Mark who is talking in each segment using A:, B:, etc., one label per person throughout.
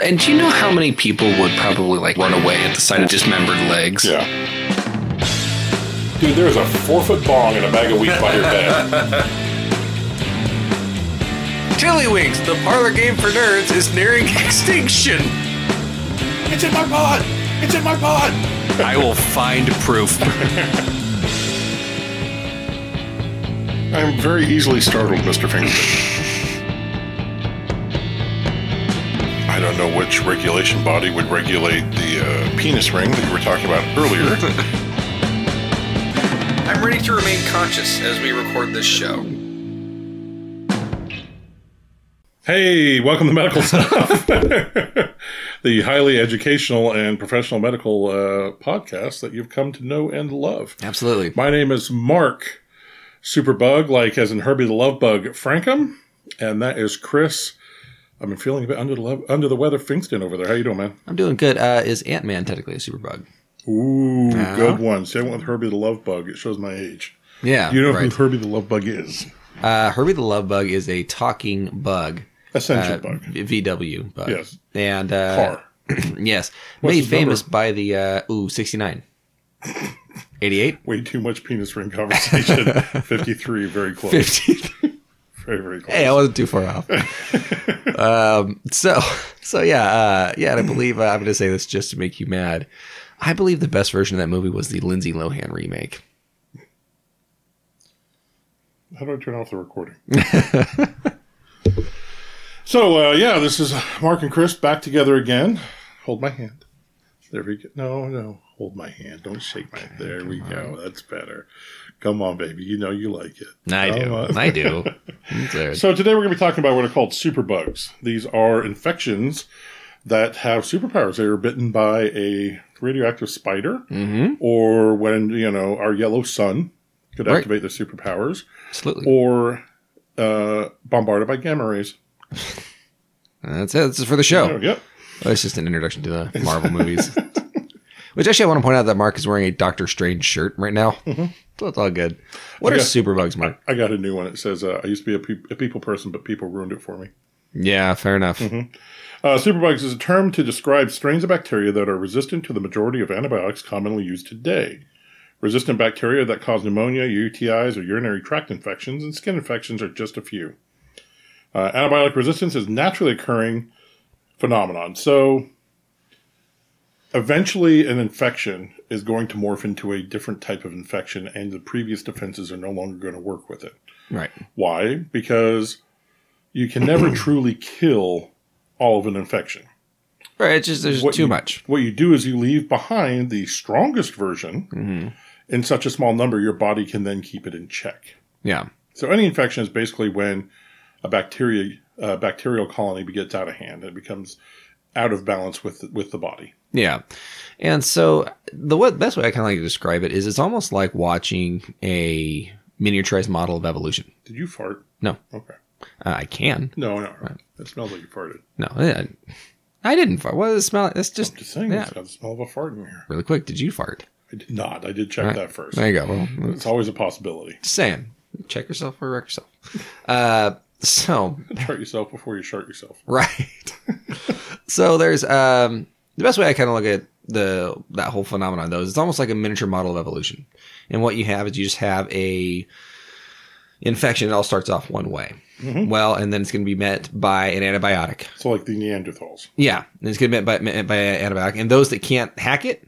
A: And do you know how many people would probably like run away at the sight of dismembered legs?
B: Yeah. Dude, there's a four foot bong in a bag of wheat by your bed.
A: Chili Wings, the parlor game for nerds, is nearing extinction.
B: it's in my pod! It's in my pod!
A: I will find proof.
B: I'm very easily startled, Mr. Fingerman. I don't know which regulation body would regulate the uh, penis ring that you were talking about earlier.
C: I'm ready to remain conscious as we record this show.
B: hey, welcome to Medical Stuff, the highly educational and professional medical uh, podcast that you've come to know and love.
A: Absolutely.
B: My name is Mark Superbug, like as in Herbie the Love Bug Frankum, and that is Chris. I've been feeling a bit under the love, under the weather, Finkston over there. How you doing, man?
A: I'm doing good. Uh, is Ant Man technically a superbug?
B: Ooh, good one. See, I went with Herbie the Love Bug. It shows my age.
A: Yeah.
B: You know
A: right.
B: who Herbie the Love Bug is?
A: Uh, Herbie the Love Bug is a talking bug.
B: Essential
A: Uh,
B: bug.
A: VW bug.
B: Yes.
A: And uh,
B: Car.
A: yes,
B: What's
A: made
B: his number?
A: famous by the uh, ooh 69. 88?
B: Way too much penis ring conversation. Fifty-three, very close.
A: 50.
B: Very, very close.
A: Hey, I wasn't too far off. um, so, so yeah, uh, yeah, and I believe uh, I'm going to say this just to make you mad. I believe the best version of that movie was the Lindsay Lohan remake.
B: How do I turn off the recording? so uh, yeah, this is Mark and Chris back together again. Hold my hand. There we go. No, no, hold my hand. Don't shake my. There we go. That's better. Come on, baby. You know you like it.
A: I do,
B: Come on.
A: I do. It's there.
B: So today we're going to be talking about what are called superbugs. These are infections that have superpowers. They are bitten by a radioactive spider,
A: Mm-hmm.
B: or when you know our yellow sun could
A: Right.
B: activate their superpowers,
A: Absolutely.
B: or uh, bombarded by gamma rays.
A: That's it. This is for the
B: Oh,
A: show.
B: yep.
A: Oh, it's just an introduction to the Marvel movies. Which actually, I want to point out that Mark is wearing a Doctor Strange shirt right now.
B: Mm-hmm.
A: So it's all good. What are
B: Okay.
A: superbugs, Mark?
B: I got a new one. It says, uh, "I used to be a, peop a people person, but people ruined it for me."
A: Yeah, fair enough.
B: Uh, superbugs is a term to describe strains of bacteria that are resistant to the majority of antibiotics commonly used today. Resistant bacteria that cause pneumonia, UTIs, or urinary tract infections, and skin infections are just a few. Uh, antibiotic resistance is naturally occurring phenomenon. So, eventually, an infection is going to morph into a different type of infection, and the previous defenses are no longer going to work with it.
A: Right.
B: Why? Because you can never truly kill all of an infection.
A: Right. It's just, there's
B: What
A: too
B: you-
A: much.
B: What you do is you leave behind the strongest version
A: Mm-hmm.
B: in such a small number, your body can then keep it in check.
A: Yeah.
B: So any infection is basically when a bacteria uh, bacterial colony gets out of hand and it becomes out of balance with with the body.
A: Yeah. And so the what best way I kind of like to describe it is it's almost like watching a miniaturized model of evolution.
B: Did you fart?
A: No,
B: Okay.
A: uh, I can.
B: No, no. That smells like you farted.
A: No, I, I didn't fart. What does it smell? That's just,
B: Just saying,
A: yeah.
B: it's got the smell of a fart in here.
A: Really quick, did you fart?
B: I did not. I did check that first.
A: There you go. Well,
B: It's always a possibility.
A: just saying. Check yourself or wreck yourself. Uh, so
B: Chart yourself before you shart yourself.
A: Right. so there's um the best way I kind of look at the that whole phenomenon though is it's almost like a miniature model of evolution. And what you have is you just have a infection. It all starts off one way. Well, and then it's going to be met by an antibiotic.
B: So like the Neanderthals.
A: Yeah, and it's going to be met by, met by an antibiotic. And those that can't hack it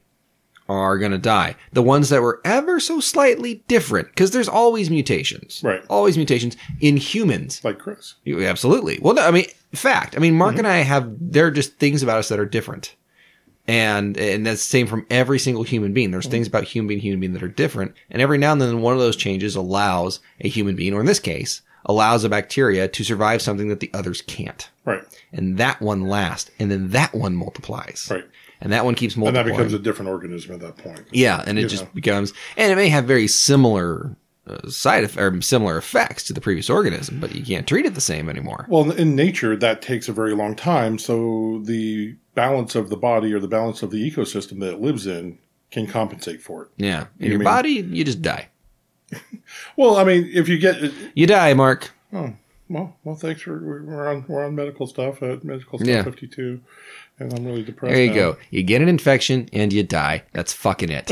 A: are going to die. The ones that were ever so slightly different, because there's always mutations.
B: Right.
A: Always mutations in humans.
B: Like Chris.
A: You- Absolutely. Well, no, I mean, fact. I mean, Mark
B: Mm-hmm.
A: and I have, there are just things about us that are different. And, and that's the same from every single human being.
B: Mm-hmm.
A: There's things about human being, human being that are different. And every now and then one of those changes allows a human being, or in this case, allows a bacteria to survive something that the others can't.
B: Right.
A: And that one lasts. And then that one multiplies.
B: Right.
A: And that one keeps
B: And
A: multiplying.
B: that becomes a different organism at that point.
A: Yeah, and it
B: You
A: just
B: know.
A: becomes, and it may have very similar uh, side eff- or similar effects to the previous organism, but you can't treat it the same anymore.
B: Well, in nature, that takes a very long time. So the balance of the body or the balance of the ecosystem that it lives in can compensate for it.
A: Yeah, in
B: You
A: your
B: mean-
A: body, you just die.
B: Well, I mean, if you get
A: You die, Mark.
B: Well, well, thanks for we're we're on we're on medical stuff at medical stuff
A: Yeah.
B: fifty two, and I'm really depressed.
A: There you
B: now.
A: go. You get an infection and you die. That's fucking it.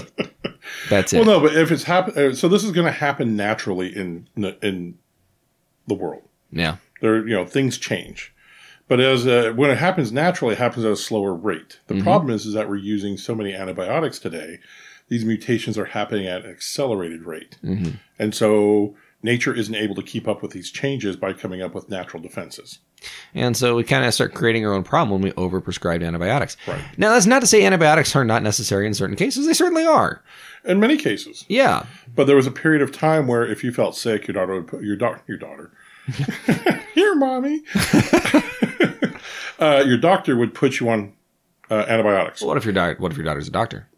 A: That's it.
B: Well, no, but if it's happen, uh, so this is going to happen naturally in in the world.
A: yeah.
B: There, you know, things change, but as uh, when it happens naturally, it happens at a slower rate.
A: Mm-hmm.
B: The problem is, is that we're using so many antibiotics today; these mutations are happening at an accelerated rate,
A: Mm-hmm.
B: and so nature isn't able to keep up with these changes by coming up with natural defenses.
A: And so we kind of start creating our own problem when we overprescribe antibiotics. Now, that's not to say antibiotics are not necessary in certain cases. They certainly are.
B: In many cases,
A: Yeah.
B: But there was a period of time where if you felt sick, your daughter would put your daughter, your daughter, here, mommy, uh, your doctor would put you on uh, antibiotics.
A: What if your daughter? What if your daughter's a doctor?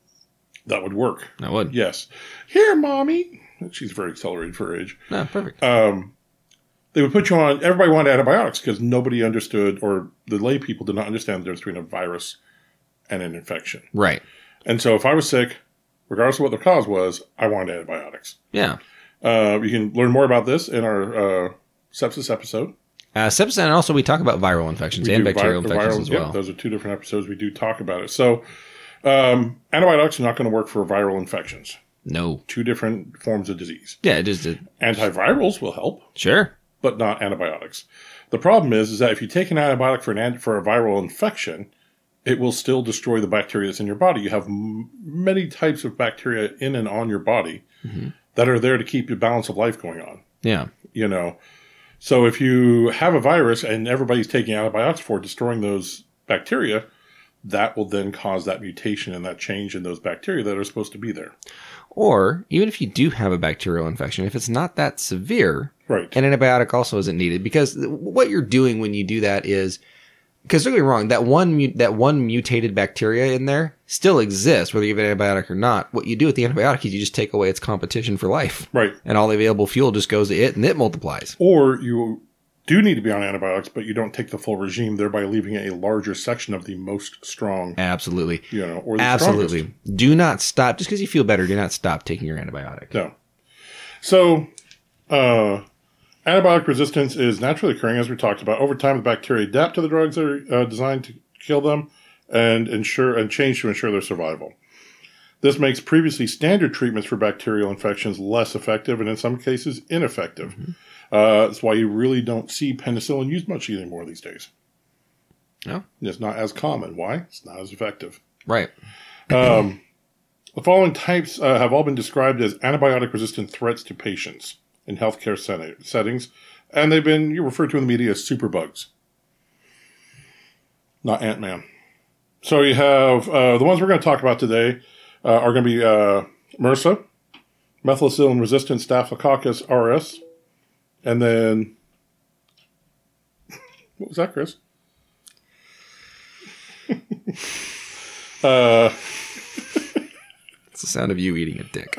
B: That would work.
A: That would.
B: Yes, here, mommy. She's very accelerated for her age. Um,
A: No, perfect.
B: They would put you on. Everybody wanted antibiotics because nobody understood, or the lay people did not understand the difference between a virus and an infection.
A: right.
B: And so, if I was sick, regardless of what the cause was, I wanted antibiotics.
A: Yeah.
B: Uh, you can learn more about this in our uh, sepsis episode.
A: Uh, sepsis, and also we talk about viral infections
B: We
A: and
B: do vi-
A: bacterial
B: the
A: infections
B: viral-
A: as
B: yep,
A: well.
B: those are two different episodes. We do talk about it. So, um, antibiotics are not going to work for viral infections.
A: no.
B: Two different forms of disease.
A: Yeah, it is. It,
B: Antivirals will help,
A: sure.
B: but not antibiotics. The problem is, is that if you take an antibiotic for an ant- for a viral infection, it will still destroy the bacteria that's in your body. You have m- many types of bacteria in and on your body
A: Mm-hmm.
B: that are there to keep your balance of life going on
A: Yeah.
B: you know. So if you have a virus and everybody's taking antibiotics for destroying those bacteria, that will then cause that mutation and that change in those bacteria that are supposed to be there.
A: Or even if you do have a bacterial infection, if it's not that severe,
B: Right.
A: an antibiotic also isn't needed because th- what you're doing when you do that is because don't get me wrong that one mu- that one mutated bacteria in there still exists whether you have an antibiotic or not what you do with the antibiotic is you just take away its competition for life
B: right.
A: and all the available fuel just goes to it and it multiplies
B: Or you do need to be on antibiotics, but you don't take the full regime, thereby leaving a larger section of the most strong,
A: absolutely
B: you know, or the
A: absolutely
B: strongest.
A: do not stop just because you feel better do not stop taking your antibiotic
B: No. So, uh, antibiotic resistance is naturally occurring, as we talked about. Over time, the bacteria adapt to the drugs that are uh, designed to kill them and ensure and change to ensure their survival. This makes previously standard treatments for bacterial infections less effective and, in some cases, ineffective. Uh, that's why you really don't see penicillin used much anymore these days.
A: No.
B: It's not as common. Why? It's not as effective.
A: right
B: Um, The following types uh, have all been described as antibiotic resistant threats to patients in healthcare sen- settings, and they've been you referred to in the media as superbugs, not Ant Man. So you have uh, the ones we're going to talk about today uh, are going to be uh, MRSA, methicillin resistant Staphylococcus aureus, and then what was that, Chris? uh,
A: it's the sound of you eating a dick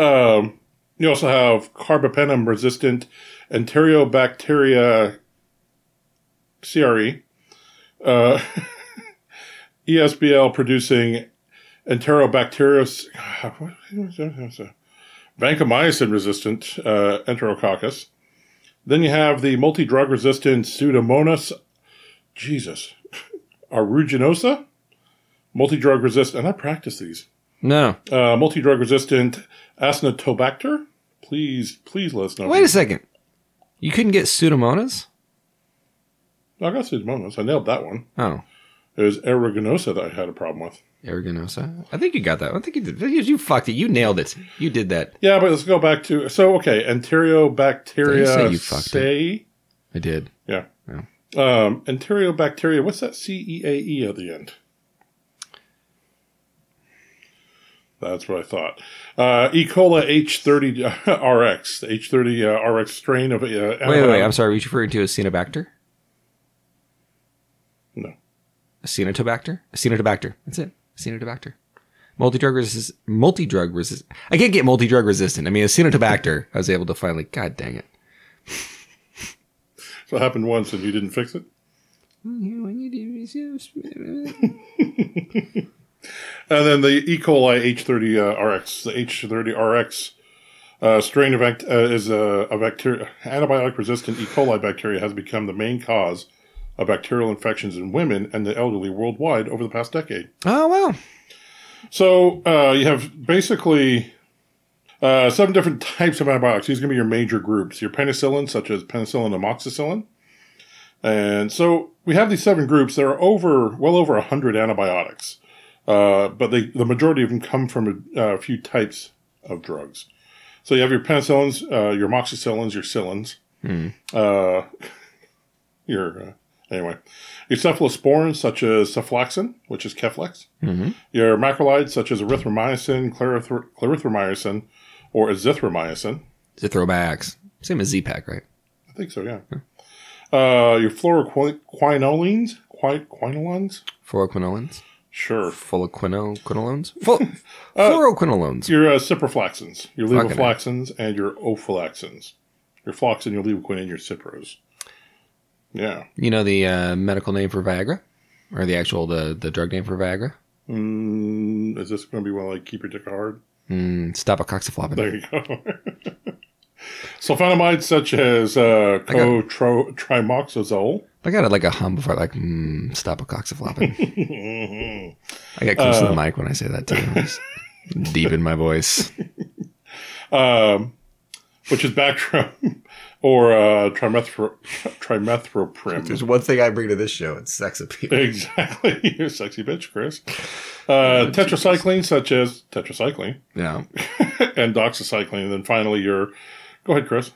B: Um, you also have carbapenem resistant Enterobacteria CRE, uh, E ESBL producing Enterobacterius, vancomycin resistant uh, Enterococcus. Then you have the multi drug resistant Pseudomonas, Jesus, Aruginosa, multi drug resistant, and I practice these
A: no
B: uh, multi-drug resistant Acinetobacter. Please, please let us know.
A: wait a second you couldn't get pseudomonas
B: I got Pseudomonas. I nailed that one.
A: oh
B: It was Aeruginosa that I had a problem with.
A: Aragonosa. I think you got that. I think you did. You, you fucked it. You nailed it. You did that.
B: Yeah, but let's go back to so okay, Enterobacteria.
A: Did I say you fucked
B: say
A: I did.
B: yeah.
A: Yeah.
B: Um, Enterobacteria. What's that C E A E at the end? That's what I thought. Uh, e. coli H30 RX, the H30 uh, RX strain of uh,
A: Wait, wait, wait. I'm sorry. Were you referring to Acinetobacter?
B: No.
A: Acinetobacter? Acinetobacter. That's it. Acinetobacter. Multi-drug resist. Multi-drug resist. I can't get multi-drug resistant. I mean, Acinetobacter. I was able to finally. God dang it.
B: so it happened once and you didn't fix it. And then the E. coli H30 uh, RX, the H30 RX Uh, strain of bact- uh, is a, a bacteria. Antibiotic resistant E. coli bacteria has become the main cause of bacterial infections in women and the elderly worldwide over the past decade.
A: Oh well.
B: So uh, you have basically uh, seven different types of antibiotics. These are going to be your major groups. Your penicillin, such as penicillin amoxicillin. And so we have these seven groups. There are over, well over 100 antibiotics. Uh, but they, the majority of them come from a, a few types of drugs. So you have your penicillins, uh, your amoxicillins, your cillins, uh, your, uh, anyway, your cephalosporins, such as ceflaxin, which is Keflex
A: Mm-hmm.
B: your macrolides such as erythromycin, clarith- clarithromycin, or azithromycin.
A: Zithrobacks. Same as Z Pack, right?
B: I think so, yeah.
A: Hmm.
B: Uh, your fluoroquinolines, qui- quinolones,
A: Fluoroquinolones.
B: sure.
A: Fluoroquino quinolones. Flu- fluoroquinolones.
B: Your uh, ciproflaxins, your
A: Fucking hell.
B: levoflaxins, and your oflaxins. Your floxin, your levoquin, and your cipros. Yeah,
A: You know the uh, medical name for Viagra, or the actual the the drug name for Viagra?
B: mm, is this going to be one like keep your dick hard?
A: Mm, stop a coxifloppin.
B: There you go. Sulfonamides such as uh,
A: I got-
B: cotro- trimoxazole.
A: I got it like a hum before, like mm, stop a coxifloppin.
B: Mhm.
A: I get close
B: Uh.
A: to the mic when I say that too. Just Deep in my voice.
B: um, which is Bactrim or uh, trimethro, trimethroprim.
A: one thing I bring to this show: it's sex appeal.
B: Exactly, you sexy bitch, Chris. Uh, tetracycline, such as tetracycline
A: Yeah.
B: and doxycycline, and then finally your, go ahead, Chris,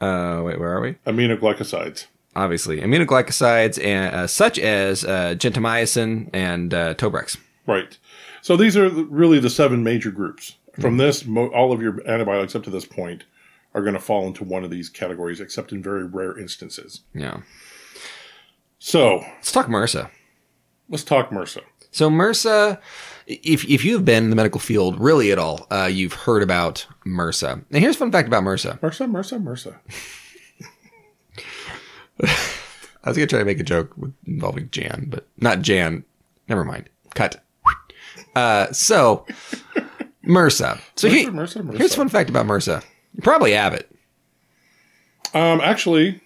A: Uh, wait, where are we?
B: aminoglycosides.
A: Obviously, aminoglycosides and uh, such as uh, gentamicin and uh, Tobrex.
B: Right. So these are really the seven major groups.
A: Mm-hmm.
B: From this, mo- all of your antibiotics up to this point are going to fall into one of these categories, except in very rare instances.
A: Yeah.
B: So
A: Let's talk MRSA.
B: let's talk MRSA.
A: So MRSA, if if you've been in the medical field really at all, uh, you've heard about MRSA. And here's a fun fact about MRSA.
B: MRSA, MRSA, MRSA.
A: I was gonna try to make a joke with, involving Jan, but not Jan. Never mind. Cut. Uh, so MRSA. So he-
B: MRSA, MRSA, MRSA.
A: here's a fun fact about MRSA. You probably have it.
B: Um, actually,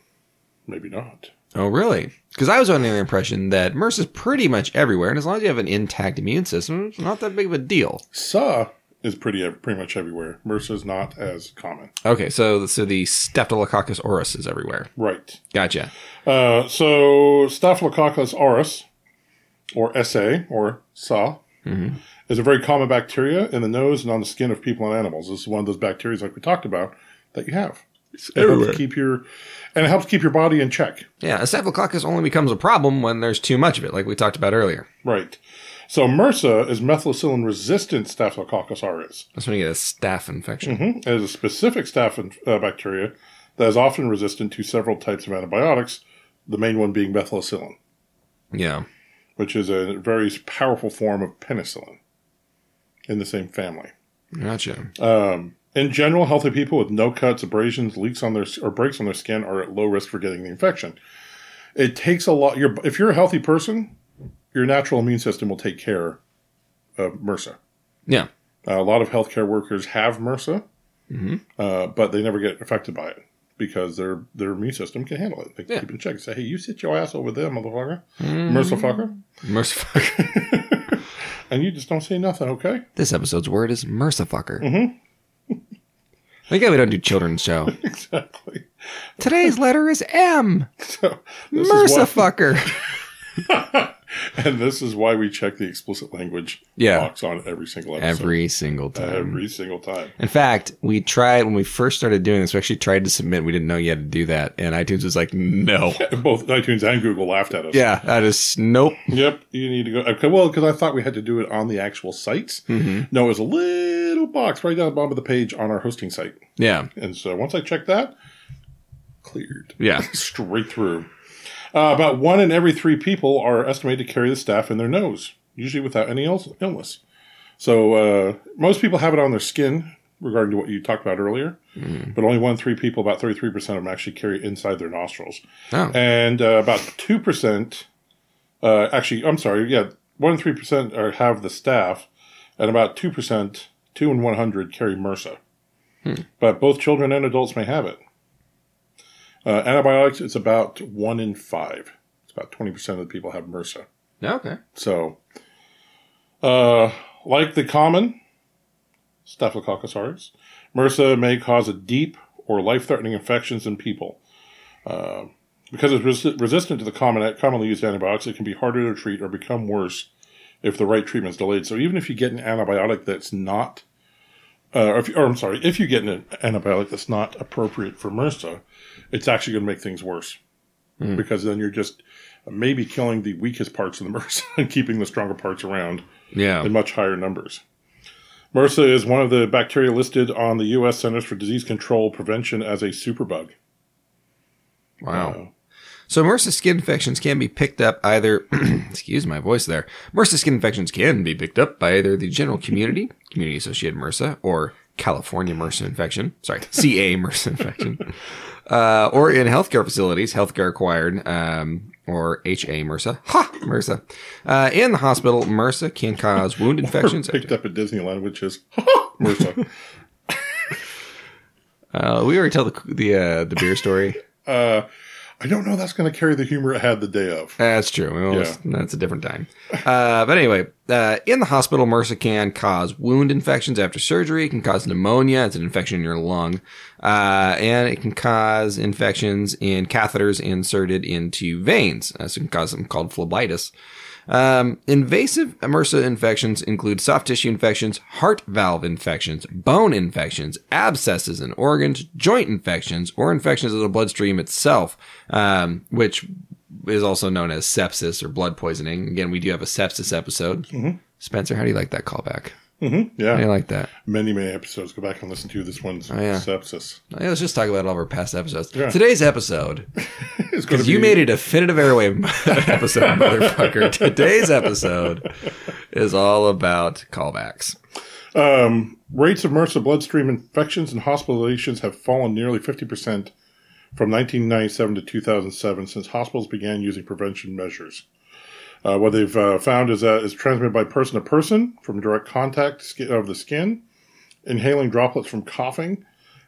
B: maybe not.
A: Oh, really? Because I was under the impression that MRSA is pretty much everywhere, and as long as you have an intact immune system, it's not that big of a deal.
B: Sa is pretty pretty much everywhere. MRSA is not as common.
A: Okay, so so the Staphylococcus aureus is everywhere.
B: Right.
A: Gotcha.
B: Uh, so Staphylococcus aureus, or SA, or Sa,
A: Mm-hmm.
B: is a very common bacteria in the nose and on the skin of people and animals. This is one of those bacteria, like we talked about, that you have. It's It
A: everywhere.
B: helps keep your, and it helps keep your body in check.
A: Yeah, a staphylococcus only becomes a problem when there's too much of it, like we talked about earlier.
B: Right. So E MRSA is methicillin resistant Staphylococcus aureus.
A: That's when you get a staph infection.
B: Mm-hmm. It is a specific staph in- uh, bacteria that is often resistant to several types of antibiotics, the main one being methicillin,
A: Yeah.
B: which is a very powerful form of penicillin in the same family.
A: Gotcha.
B: Um, in general, healthy people with no cuts, abrasions, leaks on their s- or breaks on their skin are at low risk for getting the infection. It takes a lot. Your, if you're a healthy person, your natural immune system will take care of E MRSA.
A: Yeah.
B: Uh, a lot of healthcare workers have E MRSA,
A: Mm-hmm.
B: uh, but they never get affected by it because their their immune system can handle it. They can
A: Yeah. Mm-hmm.
B: keep it in check. Say, hey, you sit your ass over there, motherfucker, MRSA fucker,
A: Mercifucker.
B: and you just don't say nothing, okay?
A: this episode's word is mercifucker. Mm-hmm. Thank God we don't do children's show.
B: Exactly.
A: Today's letter is M.
B: So this is why-
A: Mercifucker.
B: and this is why we check the explicit language
A: Yeah.
B: box on every single episode,
A: Every single time.
B: every single time.
A: In fact, we tried when we first started doing this. We actually tried to submit. We didn't know you had to do that, and iTunes was like, "No,
B: Both iTunes and Google laughed at us.
A: yeah, that is nope."
B: Yep. You need to go. Okay. Well, because I thought we had to do it on the actual sites.
A: Hmm.
B: No, it was a little box right down the bottom of the page on our hosting site.
A: Yeah,
B: And so once I checked that, cleared
A: yeah,
B: straight through. Uh, about one in every three people are estimated to carry the staph in their nose, usually without any ill- illness. So uh, most people have it on their skin, regarding to what you talked about earlier.
A: Mm-hmm.
B: But only one in three people, about thirty-three percent of them, actually carry it inside their nostrils,
A: oh,
B: and uh, about two percent. Uh, actually, I'm sorry. Yeah, one in three percent are have the staph, and about two percent, two in one hundred, carry MRSA. but both children and adults may have it. Uh, antibiotics, it's about one in five. It's about 20% of the people have MRSA.
A: Okay.
B: So, uh, like the common Staphylococcus aureus, MRSA may cause a deep or life-threatening infections in people. Uh, because it's resi- resistant to the common, commonly used antibiotics, it can be harder to treat or become worse if the right treatment is delayed. So even if you get an antibiotic that's not, uh, or, if, or I'm sorry, if you get an antibiotic that's not appropriate for MRSA, it's actually going to make things worse because then you're just maybe killing the weakest parts of the MRSA and keeping the stronger parts around
A: Yeah.
B: in much higher numbers. MRSA is one of the bacteria listed on the U.S. Centers for Disease Control Prevention as a superbug. Uh,
A: Wow. So MRSA skin infections can be picked up either, excuse my voice there. MRSA skin infections can be picked up by either the general community, community associated MRSA, or California MRSA infection. Sorry, CA MRSA infection, uh, or in healthcare facilities, healthcare acquired, um, or HA MRSA. Ha MRSA. Uh, in the hospital, MRSA can cause wound infections.
B: Picked up at Disneyland, which is MRSA.
A: Uh, we already tell the the uh, the beer story.
B: Uh, I don't know that's going to carry the humor it had the day of.
A: That's true. Well,
B: Yeah.
A: that's- That's a different time. Uh, but anyway, uh, in the hospital, MRSA can cause wound infections after surgery. It can cause pneumonia. It's an infection in your lung. Uh, and it can cause infections in catheters inserted into veins. Uh, so it can cause something called phlebitis. Um, invasive MRSA infections include soft tissue infections, heart valve infections, bone infections, abscesses in organs, joint infections, or infections of the bloodstream itself, um, which is also known as sepsis or blood poisoning. Again, we do have a sepsis episode.
B: Mm-hmm.
A: Spencer, how do you like that callback?
B: Yeah.
A: How do you like that?
B: Many, many episodes. Go back and listen to this one's
A: Oh, yeah.
B: sepsis.
A: Yeah, let's just talk about all of our past episodes.
B: Yeah.
A: Today's episode,
B: It's gonna
A: because you
B: be-
A: made a definitive airway episode, motherfucker. Today's episode is all about callbacks.
B: rates of MRSA bloodstream infections and hospitalizations have fallen nearly 50% from 1997 to 2007 since hospitals began using prevention measures. Uh, what they've uh, found is that it's transmitted by person to person from direct contact ski- of the skin, inhaling droplets from coughing,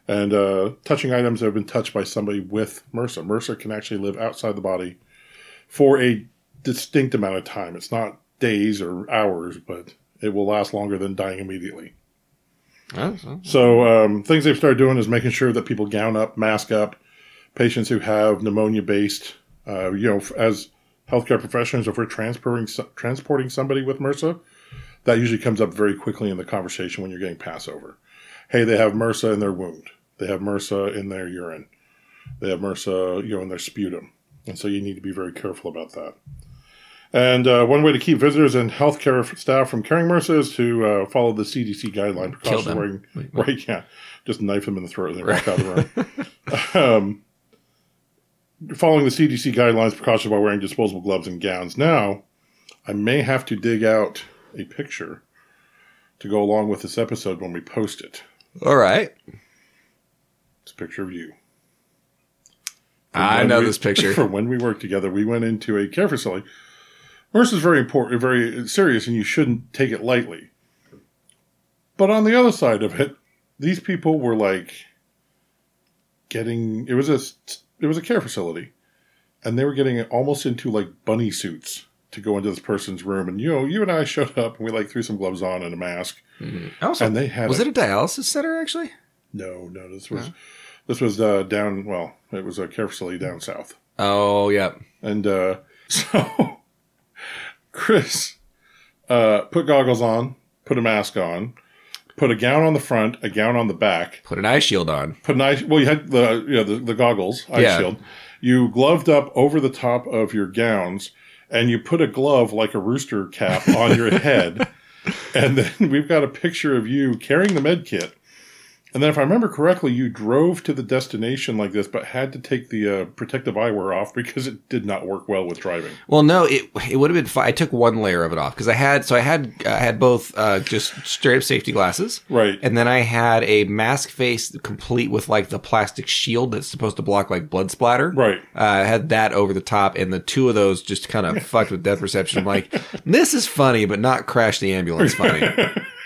B: and uh, touching items that have been touched by somebody with MRSA. MRSA can actually live outside the body for a distinct amount of time. It's not days or hours, but it will last longer than dying immediately.
A: Oh, so-
B: So um, things they've started doing is making sure that people gown up, mask up. Patients who have pneumonia-based, uh, you know, f- as healthcare professionals, if we're transporting so- transporting somebody with MRSA, that usually comes up very quickly in the conversation when you're getting Passover. Hey, they have MRSA in their wound. They have MRSA in their urine. They have MRSA, you know, in their sputum. And so you need to be very careful about that. And uh, one way to keep visitors and healthcare f- staff from carrying MRSA is to uh, follow the CDC guideline precautions.
A: them.
B: wearing-
A: Wait, what?
B: right, yeah. Just knife them in the throat and they walk out of the room. um, following the CDC guidelines precautions while wearing disposable gloves and gowns. Now, I may have to dig out a picture to go along with this episode when we post it.
A: All right.
B: It's a picture of you.
A: I
B: When
A: know
B: we-
A: this picture.
B: From when we worked together, we went into a care facility. MRSA is very important, very serious, and you shouldn't take it lightly. But on the other side of it, these people were like getting. It was a it was a care facility, and they were getting almost into like bunny suits to go into this person's room. And you know, you and I showed up, and we like threw some gloves on and a mask,
A: Mm-hmm. Also,
B: and they had
A: was
B: a-
A: it Uh-huh. a dialysis center actually?
B: no, no, this was this was uh, down. Well, it was a care facility down south.
A: Oh, yeah.
B: And uh, so Chris uh, put goggles on, put a mask on, put a gown on the front, a gown on the back,
A: Put an eye shield on.
B: put an eye. Well, you had the you know the, the goggles, eye
A: Yeah.
B: shield. You gloved up over the top of your gowns, and you put a glove like a rooster cap on your head. And then we've got a picture of you carrying the med kit. And then, if I remember correctly, you drove to the destination like this, but had to take the uh, protective eyewear off because it did not work well with driving.
A: Well, no, it it would have been fine. I took one layer of it off because I had so I had I had both uh, just straight up safety glasses,
B: Right.
A: and then I had a mask face complete with like the plastic shield that's supposed to block like blood splatter.
B: Right.
A: Uh, I had that over the top, and the two of those just kind of fucked with death perception. I'm like, this is funny, but not crash the ambulance funny.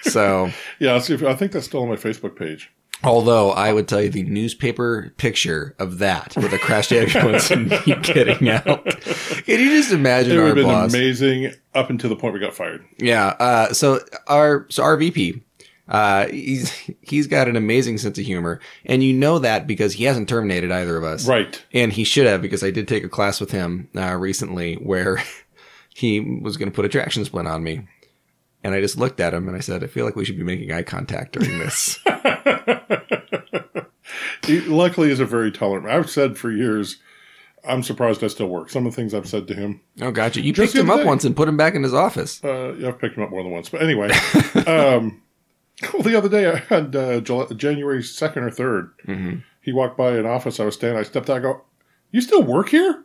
A: so
B: yeah, see, if- I think that's still on my Facebook page.
A: Although I would tell you the newspaper picture of that with a crashed ambulance and me getting out. Can you just imagine
B: It would
A: our
B: have been
A: boss?
B: amazing up until the point we got fired.
A: Yeah. Uh, so our so our VP, uh, he's he's got an amazing sense of humor, and you know that because he hasn't terminated either of us,
B: Right.
A: And he should have because I did take a class with him uh, recently where he was going to put a traction splint on me, and I just looked at him and I said, I feel like we should be making eye contact during this.
B: He luckily is a very tolerant. I've said for years, I'm surprised I still work. Some of the things I've said to him,
A: oh, gotcha! You
B: Just
A: picked him up
B: the other day.
A: once and put him back in his office.
B: uh, yeah, I've picked him up more than once. But anyway, um, well, the other day I had uh, Jul January second or 3rd
A: Mm-hmm.
B: He walked by an office I was standing. I stepped out. I go, you still work here?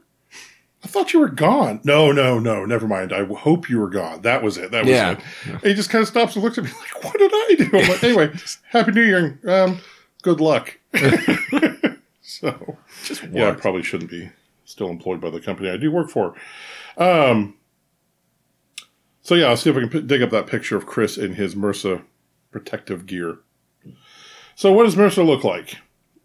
B: I thought you were gone. No, no, no. Never mind. I w- hope you were gone. That was it. That was
A: Yeah.
B: it. And he just kind of stops and looks at me like, "What did I do?" I'm like, "Anyway, Happy New Year. and, Um, good luck." so,
A: Just
B: yeah, I
A: walked.
B: probably shouldn't be still employed by the company I do work for. Um, so yeah, I'll see if I can p- dig up that picture of Chris in his MRSA protective gear. So, what does MRSA look like?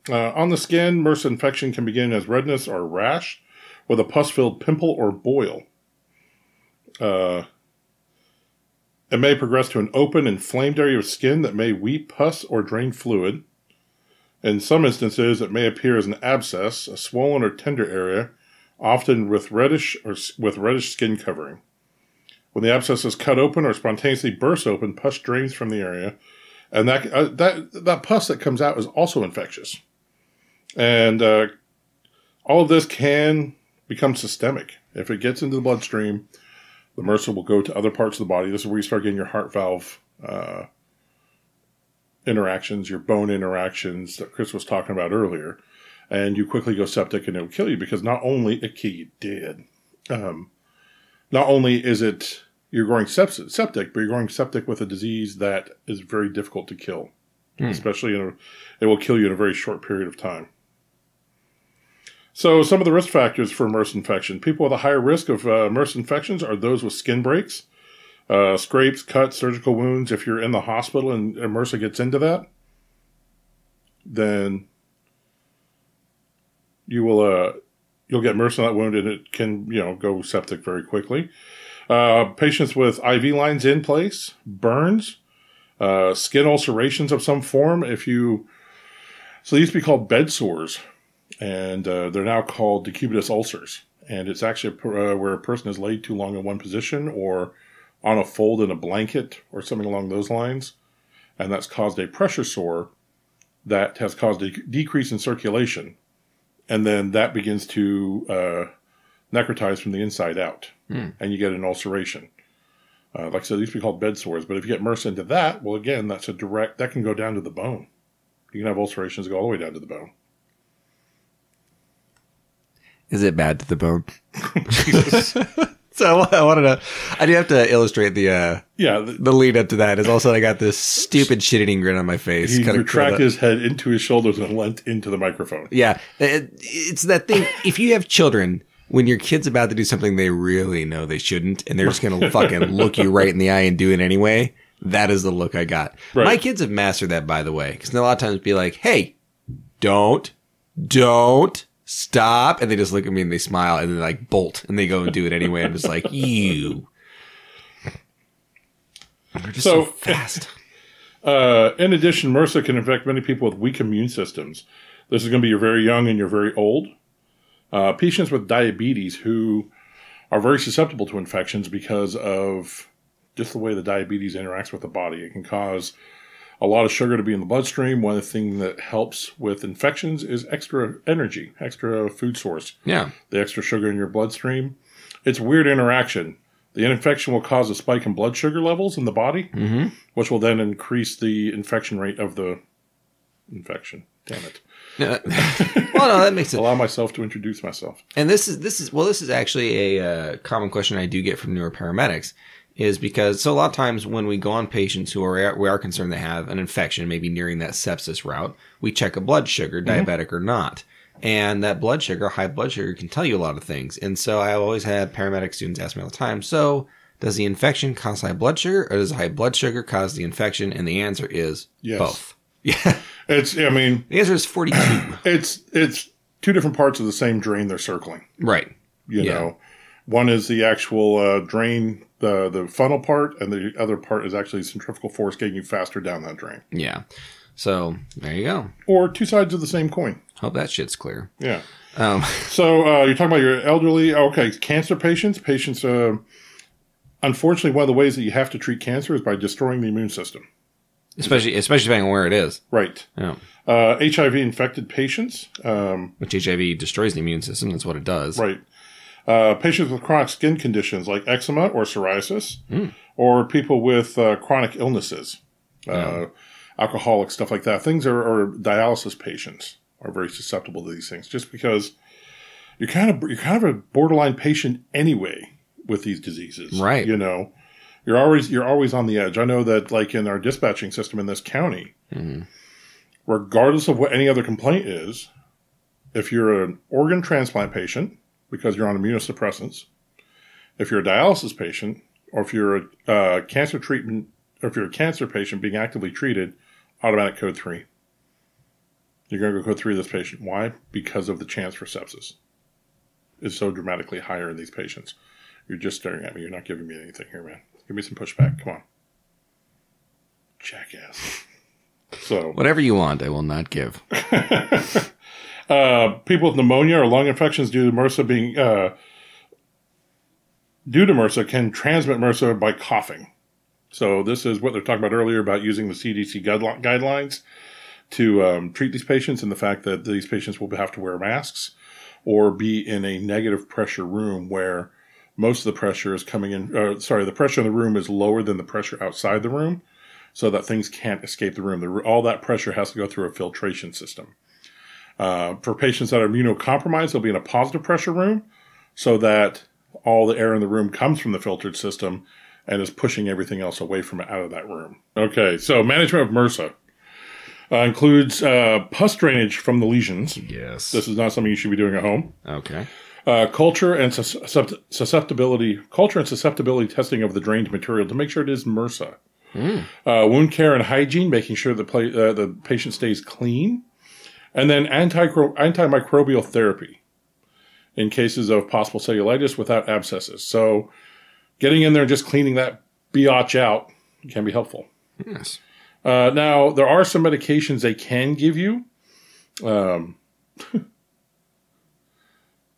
B: Uh, on the skin, MRSA infection can begin as redness or rash, with a pus-filled pimple or boil. Uh, it may progress to an open, inflamed area of skin that may weep pus or drain fluid. In some instances, it may appear as an abscess, a swollen or tender area, often with reddish or s- with reddish skin covering. When the abscess is cut open or spontaneously bursts open, pus drains from the area, and that uh, that that pus that comes out is also infectious, and uh, all of this can become systemic if it gets into the bloodstream. The MRSA will go to other parts of the body. This is where you start getting your heart valve uh, interactions, your bone interactions that Chris was talking about earlier, and you quickly go septic and it'll kill you because not only it ki- you did, um, not only is it you're growing sepsis, septic, but you're growing septic with a disease that is very difficult to kill, especially in a, it will kill you in a very short period of time. So, some of the risk factors for MRSA infection: people with a higher risk of uh, MRSA infections are those with skin breaks, uh, scrapes, cuts, surgical wounds. If you're in the hospital and MRSA gets into that, then you will uh, you'll get MRSA on that wound, and it can you know go septic very quickly. Uh, patients with IV lines in place, burns, uh, skin ulcerations of some form. If you so they used to be called bed sores, and uh, they're now called decubitus ulcers. And it's actually a per- uh, where a person is laid too long in one position or on a fold in a blanket or something along those lines, and that's caused a pressure sore that has caused a decrease in circulation, and then that begins to uh, necrotize from the inside out, and you get an ulceration. Uh, like I said, these be called bed sores, but if you get MRSA into that, well, again, that's a direct that can go down to the bone. You can have ulcerations that go all the way down to the bone.
A: Is it bad to the bone? so I wanted to. I do have to illustrate the. Uh,
B: Yeah, th-
A: the lead up to that is also I got this stupid shit eating grin on my face.
B: he
A: Kinda
B: retracted
A: curled up.
B: his head into his shoulders and leant into the microphone.
A: Yeah, It- it's that thing. If you have children, when your kid's about to do something they really know they shouldn't, and they're just gonna fucking look you right in the eye and do it anyway, that is the look I got.
B: Right.
A: My kids have mastered that, by the way, because a lot of times be like, "Hey, don't, don't." Stop, and they just look at me and they smile, and they like bolt, and they go and do it anyway. I'm just like, you. They're just so
B: So-
A: fast.
B: Uh, in addition, MRSA can infect many people with weak immune systems. This is going to be your very young and your very old. Uh, patients with diabetes who are very susceptible to infections because of just the way the diabetes interacts with the body. It can cause a lot of sugar to be in the bloodstream. One thing that helps with infections is extra energy, extra food source
A: Yeah.
B: the extra sugar in your bloodstream. It's a weird interaction. The infection will cause a spike in blood sugar levels in the body, which will then increase the infection rate of the infection. Damn it.
A: well, no, Uh, that makes sense.
B: Allow myself to introduce myself.
A: And this is this is well, this is actually a uh, common question I do get from newer paramedics is because so a lot of times when we go on patients who are we are concerned they have an infection, maybe nearing that sepsis route, we check a blood sugar, diabetic or not. And that blood sugar, high blood sugar, can tell you a lot of things. And so I always had paramedic students ask me all the time, so does the infection cause high blood sugar or does high blood sugar cause the infection? And the answer is
B: Yes.
A: both. Yeah.
B: It's I mean
A: The answer is 42.
B: it's it's two different parts of the same drain they're circling.
A: right.
B: You
A: Yeah.
B: know, one is the actual uh, drain, the the funnel part, and the other part is actually centrifugal force getting you faster down that drain.
A: Yeah. So there you go.
B: Or two sides of the same coin.
A: Hope that shit's clear.
B: Yeah.
A: Um,
B: So uh, you're talking about your elderly, okay, cancer patients. Patients, uh, unfortunately, one of the ways that you have to treat cancer is by destroying the immune system.
A: especially especially depending on where it is.
B: Right.
A: Yeah.
B: Uh, HIV infected patients. Um,
A: Which HIV destroys the immune system. That's what it does.
B: Right. Uh, patients with chronic skin conditions like eczema or psoriasis,
A: Hmm.
B: or people with uh, chronic illnesses, uh, alcoholics, stuff like that. Things are, or dialysis patients are very susceptible to these things, just because you're kind of you're kind of a borderline patient anyway with these diseases,
A: Right.
B: You know, you're always you're always on the edge. I know that, like in our dispatching system in this county,
A: Mm-hmm.
B: regardless of what any other complaint is, if you're an organ transplant patient because you're on immunosuppressants, if you're a dialysis patient, or if you're a uh, cancer treatment, or if you're a cancer patient being actively treated, automatic code three. You're going to go code three this patient. Why? Because of the chance for sepsis is so dramatically higher in these patients. You're just staring at me. You're not giving me anything here, man. Give me some pushback. Come on, jackass. So
A: Whatever you want, I will not give.
B: uh, people with pneumonia or lung infections due to MRSA being uh, due to MRSA can transmit MRSA by coughing. So this is what they're talking about earlier about using the CDC guidel- guidelines to um, treat these patients and the fact that these patients will have to wear masks or be in a negative pressure room where most of the pressure is coming in. Uh, sorry, the pressure in the room is lower than the pressure outside the room, so that things can't escape the room. The, r- all that pressure has to go through a filtration system. Uh, for patients that are immunocompromised, they'll be in a positive pressure room so that all the air in the room comes from the filtered system and is pushing everything else away from out of that room. Okay, so management of MRSA uh, includes uh, pus drainage from the lesions.
A: Yes.
B: This is not something you should be doing at home.
A: Okay.
B: Uh, culture and sus- suscept- susceptibility, culture and susceptibility testing of the drained material to make sure it is MRSA. Uh, wound care and hygiene, making sure the pla- uh, the patient stays clean, and then anticro- antimicrobial therapy in cases of possible cellulitis without abscesses. So, getting in there and just cleaning that biatch out can be helpful.
A: Yes.
B: Uh, now, there are some medications they can give you. Um,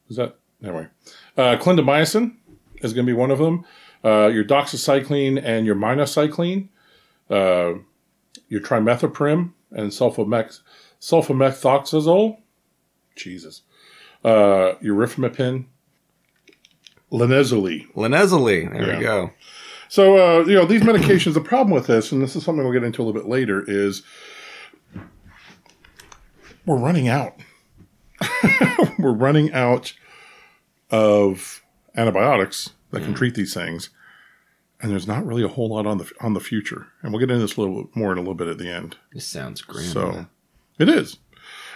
B: is that anyway? Uh, clindamycin is going to be one of them. Uh, your doxycycline and your minocycline, uh, your trimethoprim and sulfamex sulfamethoxazole. Jesus, uh, your rifamepin, linezolid.
A: Linezole. There
B: Yeah.
A: we go.
B: So, uh, you know, these medications, the problem with this, and this is something we'll get into a little bit later, is we're running out. we're running out of antibiotics that can treat these things. And there's not really a whole lot on the on the future. And we'll get into this a little bit more in a little bit at the end.
A: This sounds grim.
B: So it is.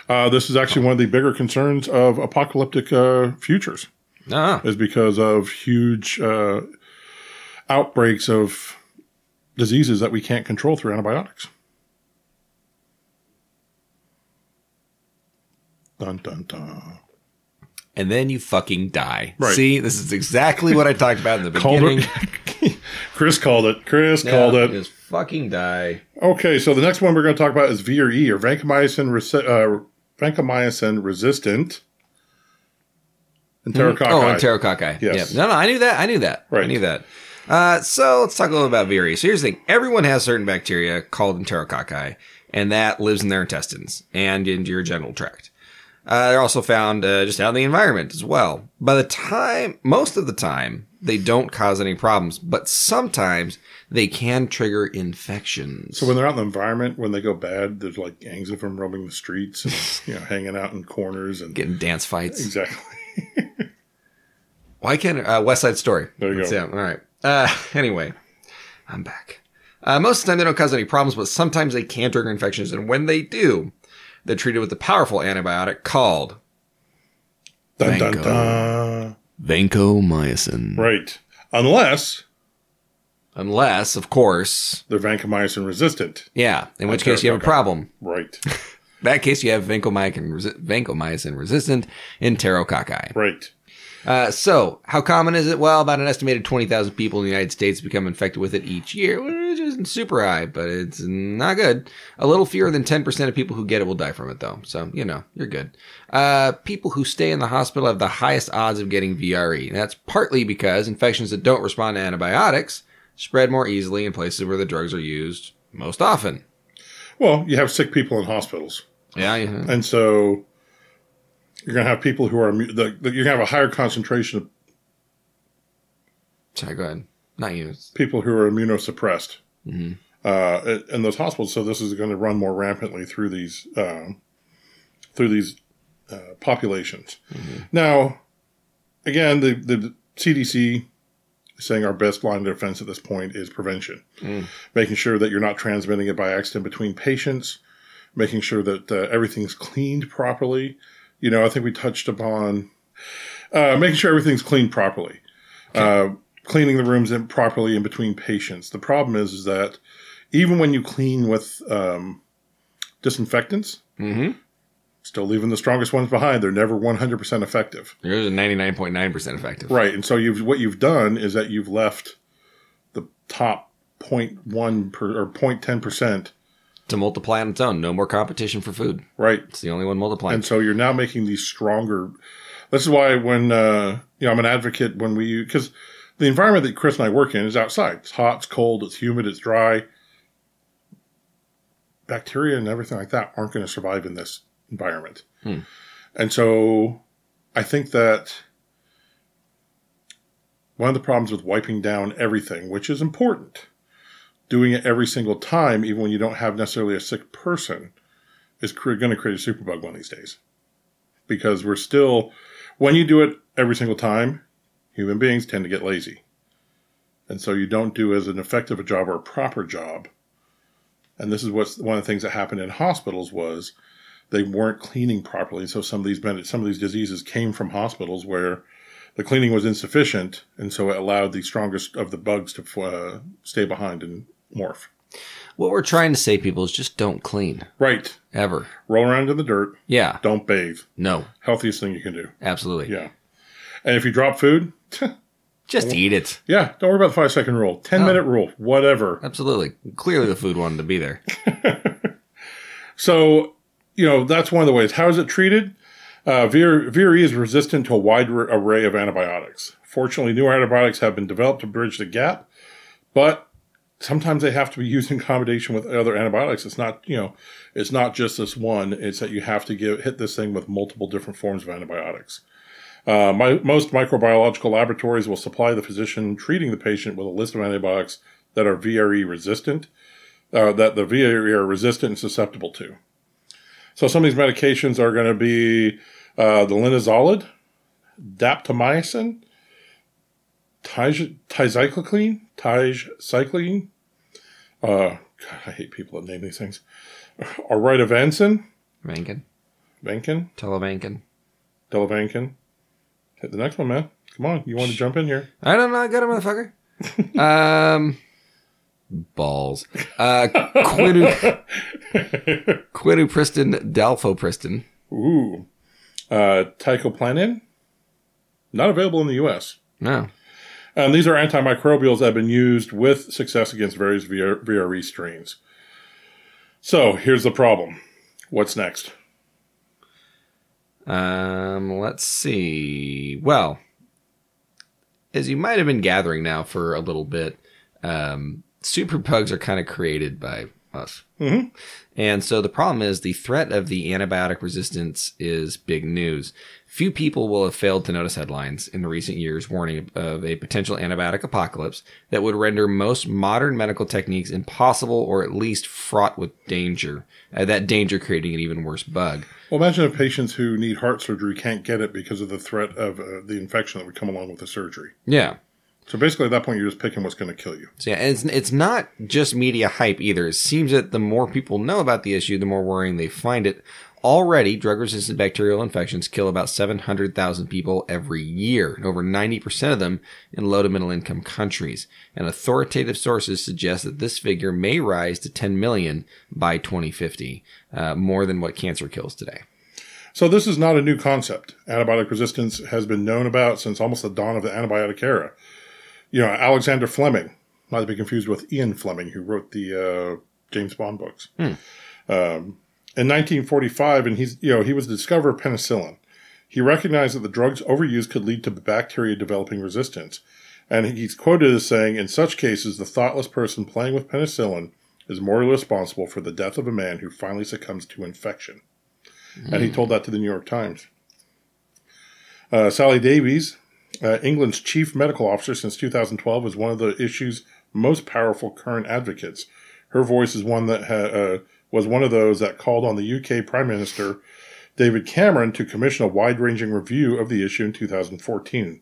B: Uh, this is actually one of the bigger concerns of apocalyptic uh, futures
A: Ah,
B: is because of huge uh, outbreaks of diseases that we can't control through antibiotics. Dun dun dun.
A: and then you fucking die.
B: Right.
A: See, this is exactly what I talked about in the
B: Called
A: beginning.
B: it. Chris called it. Chris called
A: Yeah,
B: it.
A: Just fucking die.
B: Okay, so the next one we're going to talk about is VRE or vancomycin, resi- uh, vancomycin resistant enterococci.
A: Oh, enterococci.
B: Yes.
A: Yeah. No, no, I knew that. I knew that. I
B: Right.
A: knew that. Uh, so let's talk a little about viri. So here's the thing: everyone has certain bacteria called enterococci, and that lives in their intestines and into your general tract. Uh, they're also found uh, just out in the environment as well. By the time, most of the time, they don't cause any problems, but sometimes they can trigger infections.
B: So when they're out in the environment, when they go bad, there's like gangs of them roaming the streets and you know hanging out in corners and
A: getting dance fights.
B: exactly
A: Why can't uh, West Side Story?
B: There you go.
A: Yeah, all right. Uh, anyway, I'm back. Uh, most of the time, they don't cause any problems, but sometimes they can trigger infections, and when they do, they're treated with a powerful antibiotic called
B: dun, dun,
A: Vanco.
B: dun.
A: vancomycin.
B: right. Unless
A: Unless, of course,
B: They're vancomycin resistant.
A: yeah, in which
B: Okay,
A: case you have a
B: okay.
A: problem.
B: Right.
A: In that case, you have vancomycin, resi- vancomycin resistant enterococci.
B: right.
A: Uh, so, how common is it? Well, about an estimated 20,000 people in the United States become infected with it each year, which isn't super high, but it's not good. A little fewer than 10% of people who get it will die from it, though. So, you know, you're good. Uh, people who stay in the hospital have the highest odds of getting VRE. And that's partly because infections that don't respond to antibiotics spread more easily in places where the drugs are used most often.
B: Well, you have sick people in hospitals,
A: Yeah, yeah.
B: and so you're going to have people who are immu- the, the, you're going to have a higher concentration of
A: Sorry, go ahead. Not you.
B: people who are immunosuppressed
A: Mhm.
B: uh, in those hospitals. So this is going to run more rampantly through these um, through these uh, populations. Now, again, the the CDC is saying our best line of defense at this point is prevention,
A: Mm.
B: making sure that you're not transmitting it by accident between patients, making sure that uh, everything's cleaned properly. You know, I think we touched upon uh, making sure everything's cleaned properly. Uh, cleaning the rooms in properly in between patients. The problem is, is that even when you clean with um, disinfectants,
A: Mm-hmm.
B: still leaving the strongest ones behind. They're never 100% effective.
A: Yours is 99.9% effective.
B: Right. And so you've what you've done is that you've left the top 0.1 per, or 0.10%,
A: To multiply on its own. No more competition for food.
B: right?
A: It's the only one multiplying.
B: And so you're now making these stronger. This is why when uh, you know I'm an advocate when we because the environment that Chris and I work in is outside. It's hot, it's cold, it's humid, it's dry. Bacteria and everything like that aren't going to survive in this environment.
A: Hmm.
B: And so I think that one of the problems with wiping down everything, which is important, doing it every single time, even when you don't have necessarily a sick person, is going to create a superbug one of these days. Because we're still, when you do it every single time, human beings tend to get lazy. And so you don't do as an effective a job or a proper job. And this is what's one of the things that happened in hospitals was they weren't cleaning properly. So some of these men- some of these diseases came from hospitals where the cleaning was insufficient, and so it allowed the strongest of the bugs to uh, stay behind and morph.
A: What we're trying to say, people, is just don't clean
B: Right,
A: ever.
B: roll around in the dirt.
A: Yeah.
B: Don't bathe.
A: No.
B: Healthiest thing you can do.
A: Absolutely.
B: Yeah. And if you drop food,
A: Just eat it.
B: yeah, don't worry about the five second rule, 10
A: Oh.
B: minute rule, whatever.
A: Absolutely. Clearly, the food wanted to be there.
B: So, you know, that's one of the ways. How is it treated? Uh, VRE VRE is resistant to a wide r- array of antibiotics. Fortunately, new antibiotics have been developed to bridge the gap, but sometimes they have to be used in combination with other antibiotics. It's not, you know, it's not just this one. It's that you have to give hit this thing with multiple different forms of antibiotics. Uh, my, most microbiological laboratories will supply the physician treating the patient with a list of antibiotics that are VRE resistant, uh, that the VRE are resistant and susceptible to. So some of these medications are going to be uh, the linazolid, daptomycin, tij- tizycline, tizycline. Uh, God, I hate people that name these things. Aritivansin,
A: Mankin.
B: Vankin,
A: Telemankin.
B: Delavankin. Hit the next one, man. Come on, you want to jump in here?
A: I don't know. I got a motherfucker. um, balls. Uh, Quidu, Quidupristin, Dalfopristin.
B: Ooh, uh, Tychoplanin, not available in the U.S.
A: No.
B: And Um, these are antimicrobials that have been used with success against various VR- VRE E strains. So here's the problem. What's next?
A: Um, let's see. Well, as you might have been gathering now for a little bit, um, super pugs are kind of created by us.
B: Mhm.
A: And so the problem is the threat of the antibiotic resistance is big news. Few people will have failed to notice headlines in the recent years warning of a potential antibiotic apocalypse that would render most modern medical techniques impossible or at least fraught with danger. Uh, that danger creating an even worse bug.
B: Well, imagine if patients who need heart surgery can't get it because of the threat of uh, the infection that would come along with the surgery.
A: Yeah.
B: So basically, at that point, you're just picking what's going to kill you.
A: So yeah, and it's it's not just media hype either. It seems that the more people know about the issue, the more worrying they find it. Already, drug resistant bacterial infections kill about 700,000 people every year, and over 90% of them in low to middle income countries. And authoritative sources suggest that this figure may rise to 10 million by 2050, uh, more than what cancer kills today.
B: So this is not a new concept. Antibiotic resistance has been known about since almost the dawn of the antibiotic era. You know, Alexander Fleming, not to be confused with Ian Fleming, who wrote the uh, James Bond books. Um, in 1945, and he's you know he was the discoverer of penicillin. He recognized that the drug's overuse could lead to bacteria developing resistance, and he's quoted as saying, "In such cases, the thoughtless person playing with penicillin is morally responsible for the death of a man who finally succumbs to infection." and he told that to the New York Times. Uh, Sally Davies, uh, England's chief medical officer since 2012, is one of the issue's most powerful current advocates. Her voice is one that ha- uh, was one of those that called on the UK Prime Minister David Cameron to commission a wide-ranging review of the issue in 2014.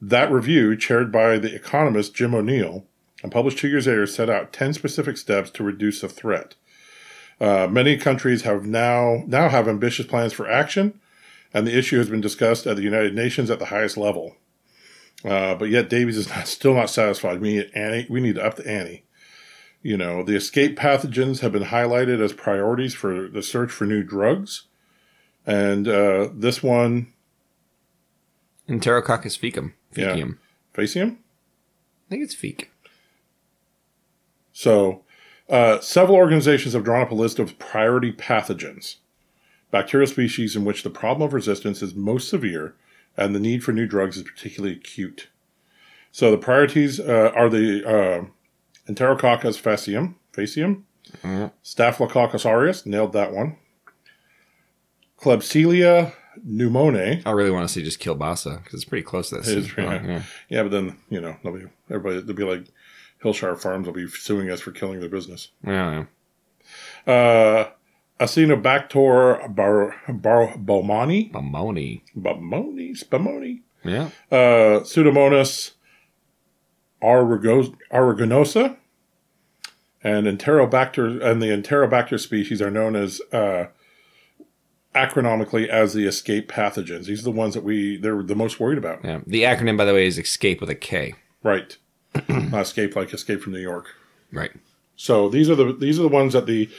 B: That review, chaired by the economist Jim O'Neill and published two years later, set out 10 specific steps to reduce the threat. Uh, many countries have now now have ambitious plans for action, and the issue has been discussed at the United Nations at the highest level. Uh, but yet, Davies is not, still not satisfied. We need Annie. We need to up the ante. You know, the escape pathogens have been highlighted as priorities for the search for new drugs, and uh, this one,
A: Enterococcus fecum.
B: Yeah.
A: Fecium.
B: facium.
A: I think it's fec.
B: So, uh, several organizations have drawn up a list of priority pathogens, bacterial species in which the problem of resistance is most severe and the need for new drugs is particularly acute. So, the priorities uh, are the uh, Enterococcus facium, facium,
A: Mhm.
B: Staphylococcus aureus, nailed that one, Klebsiella pneumoniae.
A: I really want to say just kielbasa because it's pretty close to that.
B: It is,
A: seed.
B: yeah. Yeah, but then, you know, they'll be, everybody, they'll be like, Hillshire Farms will be suing us for killing their business.
A: Yeah, yeah.
B: uh, Acinobacter bar, bar, baumani,
A: Pomoni.
B: baumani, spumoni,
A: Yeah.
B: uh, Pseudomonas arugos- aeruginosa, and Enterobacter, and the Enterobacter species are known as uh, acronomically as the escape pathogens. These are the ones that we they're the most worried about,
A: Yeah. The acronym, by the way, is ESCAPE with a K.
B: right? Not escape like escape from New York.
A: Right.
B: So these are the these are the ones that the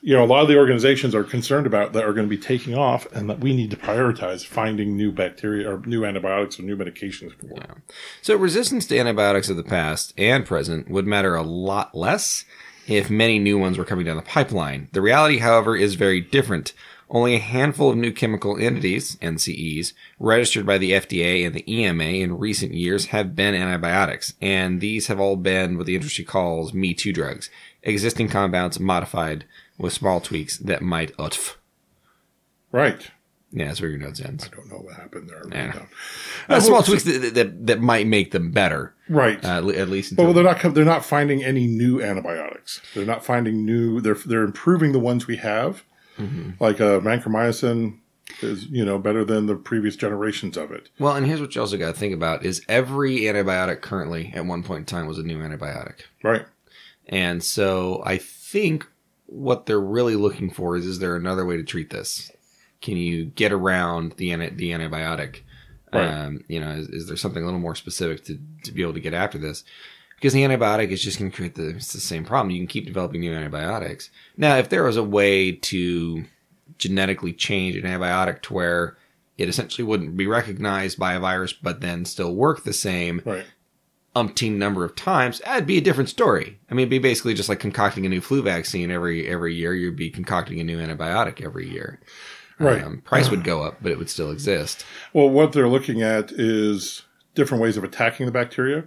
B: you know a lot of the organizations are concerned about that are going to be taking off and that we need to prioritize finding new bacteria or new antibiotics or new medications for.
A: So resistance to antibiotics of the past and present would matter a lot less if many new ones were coming down the pipeline. The reality, however, is very different. Only a handful of new chemical entities, NCEs, registered by the FDA and the EMA in recent years have been antibiotics, and these have all been what the industry calls Me Too drugs, existing compounds modified with small tweaks that might utf.
B: Right.
A: Yeah, that's where your notes ends.
B: I don't know what happened there.
A: Yeah. Uh, small tweaks that, that, that might make them better,
B: Right.
A: uh, at least.
B: but
A: until-
B: they're not com- they're not finding any new antibiotics. They're not finding new. They're they're improving the ones we have,
A: Mm-hmm.
B: like uh, vancomycin is you know better than the previous generations of it.
A: Well, and here's what you also got to think about is every antibiotic currently at one point in time was a new antibiotic.
B: Right.
A: And so I think what they're really looking for is is there another way to treat this? Can you get around the anti- the antibiotic?
B: Right.
A: Um, you know, is, is there something a little more specific to, to be able to get after this? Because the antibiotic is just going to create the, it's the same problem. You can keep developing new antibiotics. Now, if there was a way to genetically change an antibiotic to where it essentially wouldn't be recognized by a virus, but then still work the same,
B: Right.
A: umpteen number of times, that'd be a different story. I mean, it'd be basically just like concocting a new flu vaccine every every year. You'd be concocting a new antibiotic every year. Um,
B: Right.
A: price would go up, but it would still exist.
B: Well, what they're looking at is different ways of attacking the bacteria.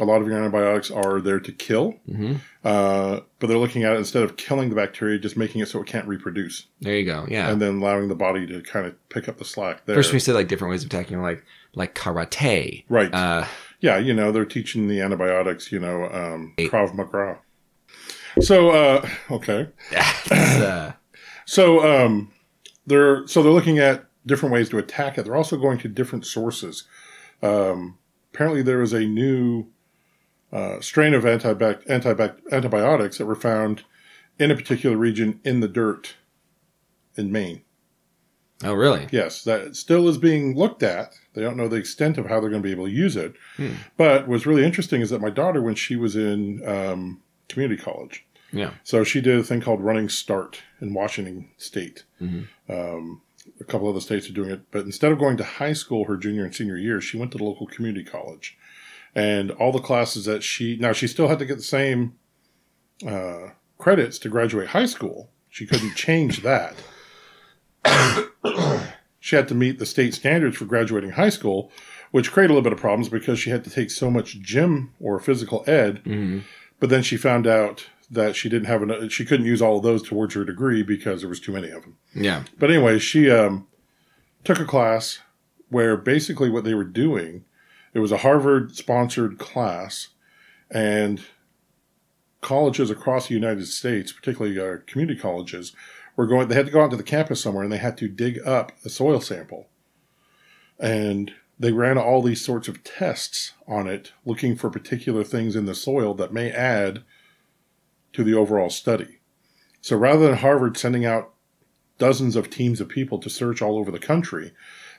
B: A lot of your antibiotics are there to kill,
A: hmm
B: uh, but they're looking at it instead of killing the bacteria, just making it so it can't reproduce,
A: There you go. Yeah.
B: and then allowing the body to kind of pick up the slack there.
A: First, we said like different ways of attacking, like like karate.
B: right?
A: Uh,
B: yeah, you know, they're teaching the antibiotics. You know, um, Krav Maga. So uh, okay,
A: it's, uh,
B: so um, they're so they're looking at different ways to attack it. They're also going to different sources. Um, apparently, there was a new uh, strain of antibac- antibac- antibiotics that were found in a particular region in the dirt in Maine.
A: Oh, really?
B: Yes, that still is being looked at. They don't know the extent of how they're going to be able to use it.
A: Hmm.
B: But what's really interesting is that my daughter, when she was in um, community college,
A: Yeah.
B: so she did a thing called Running Start in Washington State.
A: Mhm.
B: Um, a couple other states are doing it, but instead of going to high school her junior and senior year, she went to the local community college, and all the classes that she now she still had to get the same uh, credits to graduate high school. She couldn't change that. she had to meet the state standards for graduating high school, which created a little bit of problems because she had to take so much gym or physical ed
A: hmm
B: but then she found out that she didn't have enough, she couldn't use all of those towards her degree because there was too many of them.
A: Yeah.
B: But anyway, she um, took a class where basically what they were doing, it was a Harvard sponsored class, and colleges across the United States, particularly uh, community colleges, were going. They had to go out to the campus somewhere, and they had to dig up a soil sample, and they ran all these sorts of tests on it, looking for particular things in the soil that may add to the overall study. So rather than Harvard sending out dozens of teams of people to search all over the country.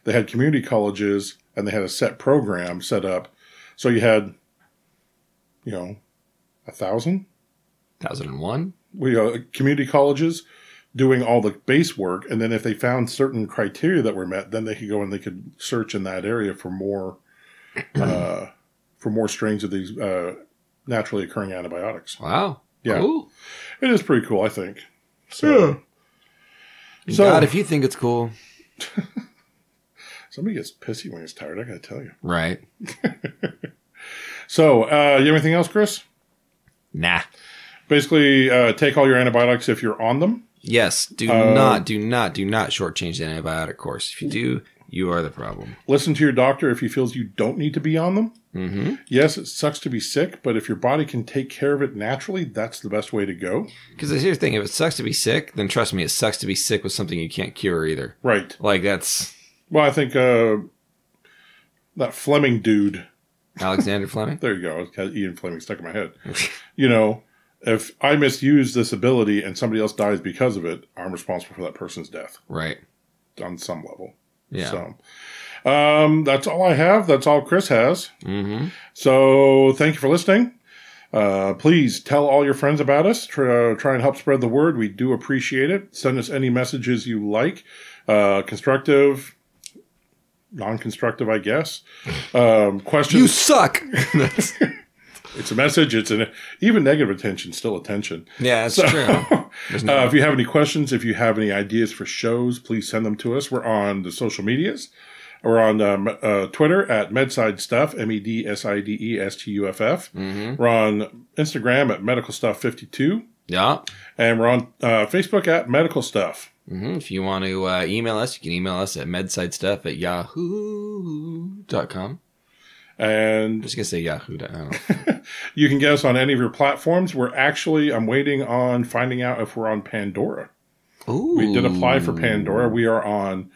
B: They had community colleges and they had a set program set up. So you had, you know, a thousand
A: Thousand and one.
B: we, uh, community colleges doing all the base work. And then if they found certain criteria that were met, then they could go and they could search in that area for more, uh, for more strains of these uh, naturally occurring antibiotics.
A: Wow.
B: Yeah.
A: Cool.
B: It is pretty cool, I think. So So-
A: God, if you think it's cool,
B: somebody gets pissy when he's tired. I got to tell you.
A: right?
B: So, uh, you have anything else, Chris?
A: Nah.
B: Basically, uh, take all your antibiotics if you're on them.
A: Yes. Do
B: Uh,
A: not, do not, do not shortchange the antibiotic course. If you do, you are the problem.
B: Listen to your doctor if he feels you don't need to be on them.
A: Mm-hmm.
B: Yes, it sucks to be sick, but if your body can take care of it naturally, that's the best way to go.
A: Because here's the thing: if it sucks to be sick, then trust me, it sucks to be sick with something you can't cure either.
B: Right.
A: Like that's
B: Well, I think uh, that Fleming dude,
A: Alexander Fleming.
B: there you go, I had Ian Fleming stuck in my head. you know, if I misuse this ability and somebody else dies because of it, I'm responsible for that person's death
A: Right.
B: on some level.
A: Yeah.
B: So um, that's all I have. That's all Chris has.
A: Mm-hmm.
B: So thank you for listening. Uh, please tell all your friends about us. Try, try and help spread the word. We do appreciate it. Send us any messages you like, uh, constructive, non-constructive, I guess. Um, questions.
A: You suck.
B: it's a message. It's an even negative attention, still attention.
A: yeah, that's
B: So-
A: true. There's no
B: Uh, if you have any questions, if you have any ideas for shows, please send them to us. We're on the social medias. We're on um, uh, Twitter at MedSide Stuff, M E D S I D E S T U F F.
A: hmm
B: We're on Instagram at Medical Stuff 52,
A: Yeah.
B: and we're on uh, Facebook at Medical Stuff.
A: hmm If you want to uh, email us, you can email us at medsidestuff at yahoo.com. I'm
B: And
A: just going to say yahoo. dot- I don't know.
B: you can get us on any of your platforms. We're actually, I'm waiting on finding out if we're on Pandora.
A: Ooh.
B: We did apply for Pandora. We are on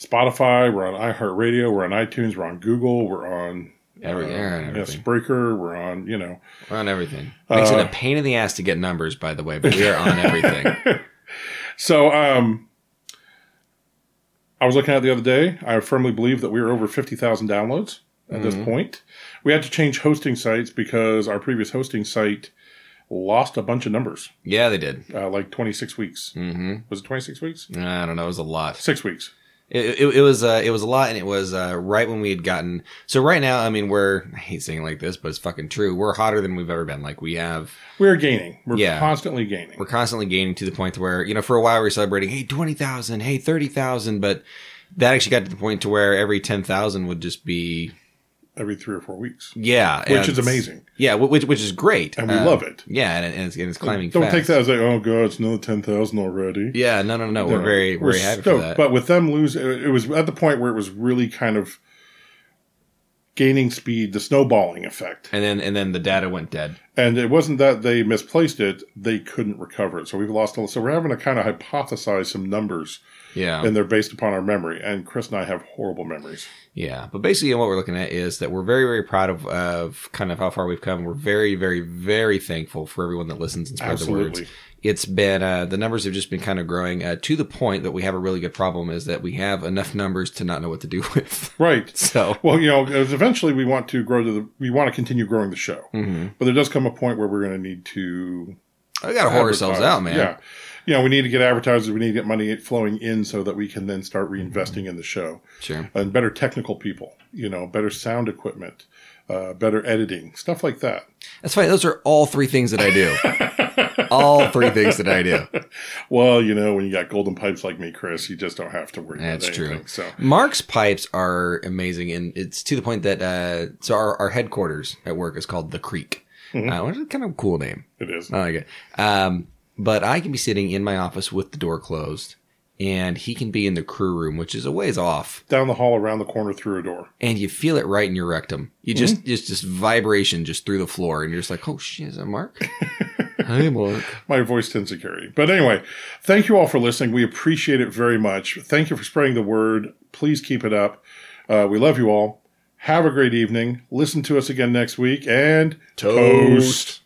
B: Spotify, we're on iHeartRadio, we're on iTunes, we're on Google, we're on uh,
A: Every, yeah, and
B: yes,
A: everything.
B: Spreaker, we're on, you know.
A: We're on everything. Makes it
B: Uh,
A: a pain in the ass to get numbers, by the way, but we are on everything.
B: So, um, I was looking at it the other day. I firmly believe that we are over 50,000 downloads at this
A: Mm-hmm.
B: point. We had to change hosting sites because our previous hosting site lost a bunch of numbers,
A: yeah, they did.
B: uh, like 26 weeks.
A: hmm
B: Was it 26 weeks?
A: I don't know. It was a lot.
B: Six weeks.
A: It, it, it was uh, it was a lot, and it was uh, right when we had gotten. So right now, I mean, we're I hate saying it like this, but it's fucking true. We're hotter than we've ever been. Like we have,
B: We're gaining. We're
A: Yeah.
B: constantly gaining.
A: we're constantly gaining to the point where you know for a while we were celebrating, hey twenty thousand, hey thirty thousand, but that actually got to the point to where every ten thousand would just be
B: every three or four weeks,
A: yeah, and-
B: which is amazing.
A: Yeah, wh- which which is great, Uh,
B: And we love it.
A: Yeah, and, it- and it's and it's climbing.
B: Don't
A: fast.
B: take that as like, oh, God, it's another 10,000 already.
A: Yeah, no, no, no.
B: No,
A: We're
B: no.
A: very
B: We're
A: very happy for
B: stoked,
A: that.
B: But with them lose, it it was at the point where it was really kind of gaining speed, the snowballing effect,
A: and then and then the data went dead.
B: And it wasn't that they misplaced it, they couldn't recover it. So we've lost a So we're having to kind of hypothesize some numbers,
A: Yeah.
B: and they're based upon our memory. And Chris and I have horrible memories.
A: Yeah, but basically, what we're looking at is that we're very, very proud of, of kind of how far we've come. We're very, very, very thankful for everyone that listens and spreads the words.
B: Absolutely.
A: It's been uh, the numbers have just been kind of growing uh, to the point that we have a really good problem is that we have enough numbers to not know what to do with.
B: Right.
A: so,
B: Well, you know, 'cause eventually we want to grow to the, we want to continue growing the show.
A: mhm.
B: But there does come a point where we're going to need to
A: I got to whore ourselves
B: advertise.
A: out, man.
B: Yeah. You know, we need to get advertisers, we need to get money flowing in so that we can then start
A: Mm-hmm.
B: reinvesting in the show.
A: Sure.
B: And better technical people, you know, better sound equipment, uh, better editing, stuff like that.
A: That's fine. Those are all three things that I do. all three things that I do.
B: Well, you know, when you got golden pipes like me, Chris, you just don't have to worry
A: That's
B: about
A: true.
B: anything. So
A: Mark's pipes are amazing, and it's to the point that uh, so our, our headquarters at work is called the Creek, uh, which is kind of a cool name.
B: it is.
A: I like it. Um, but I can be sitting in my office with the door closed, and he can be in the crew room, which is a ways off,
B: Down the hall, around the corner, through a door.
A: and you feel it right in your rectum. You just just just vibration just through the floor, and you're just like, oh shit, is that Mark? Hi, Mark.
B: my voice to insecurity. But anyway, thank you all for listening. We appreciate it very much. Thank you for spreading the word. Please keep it up. Uh, we love you all. Have a great evening. Listen to us again next week and
A: Toast.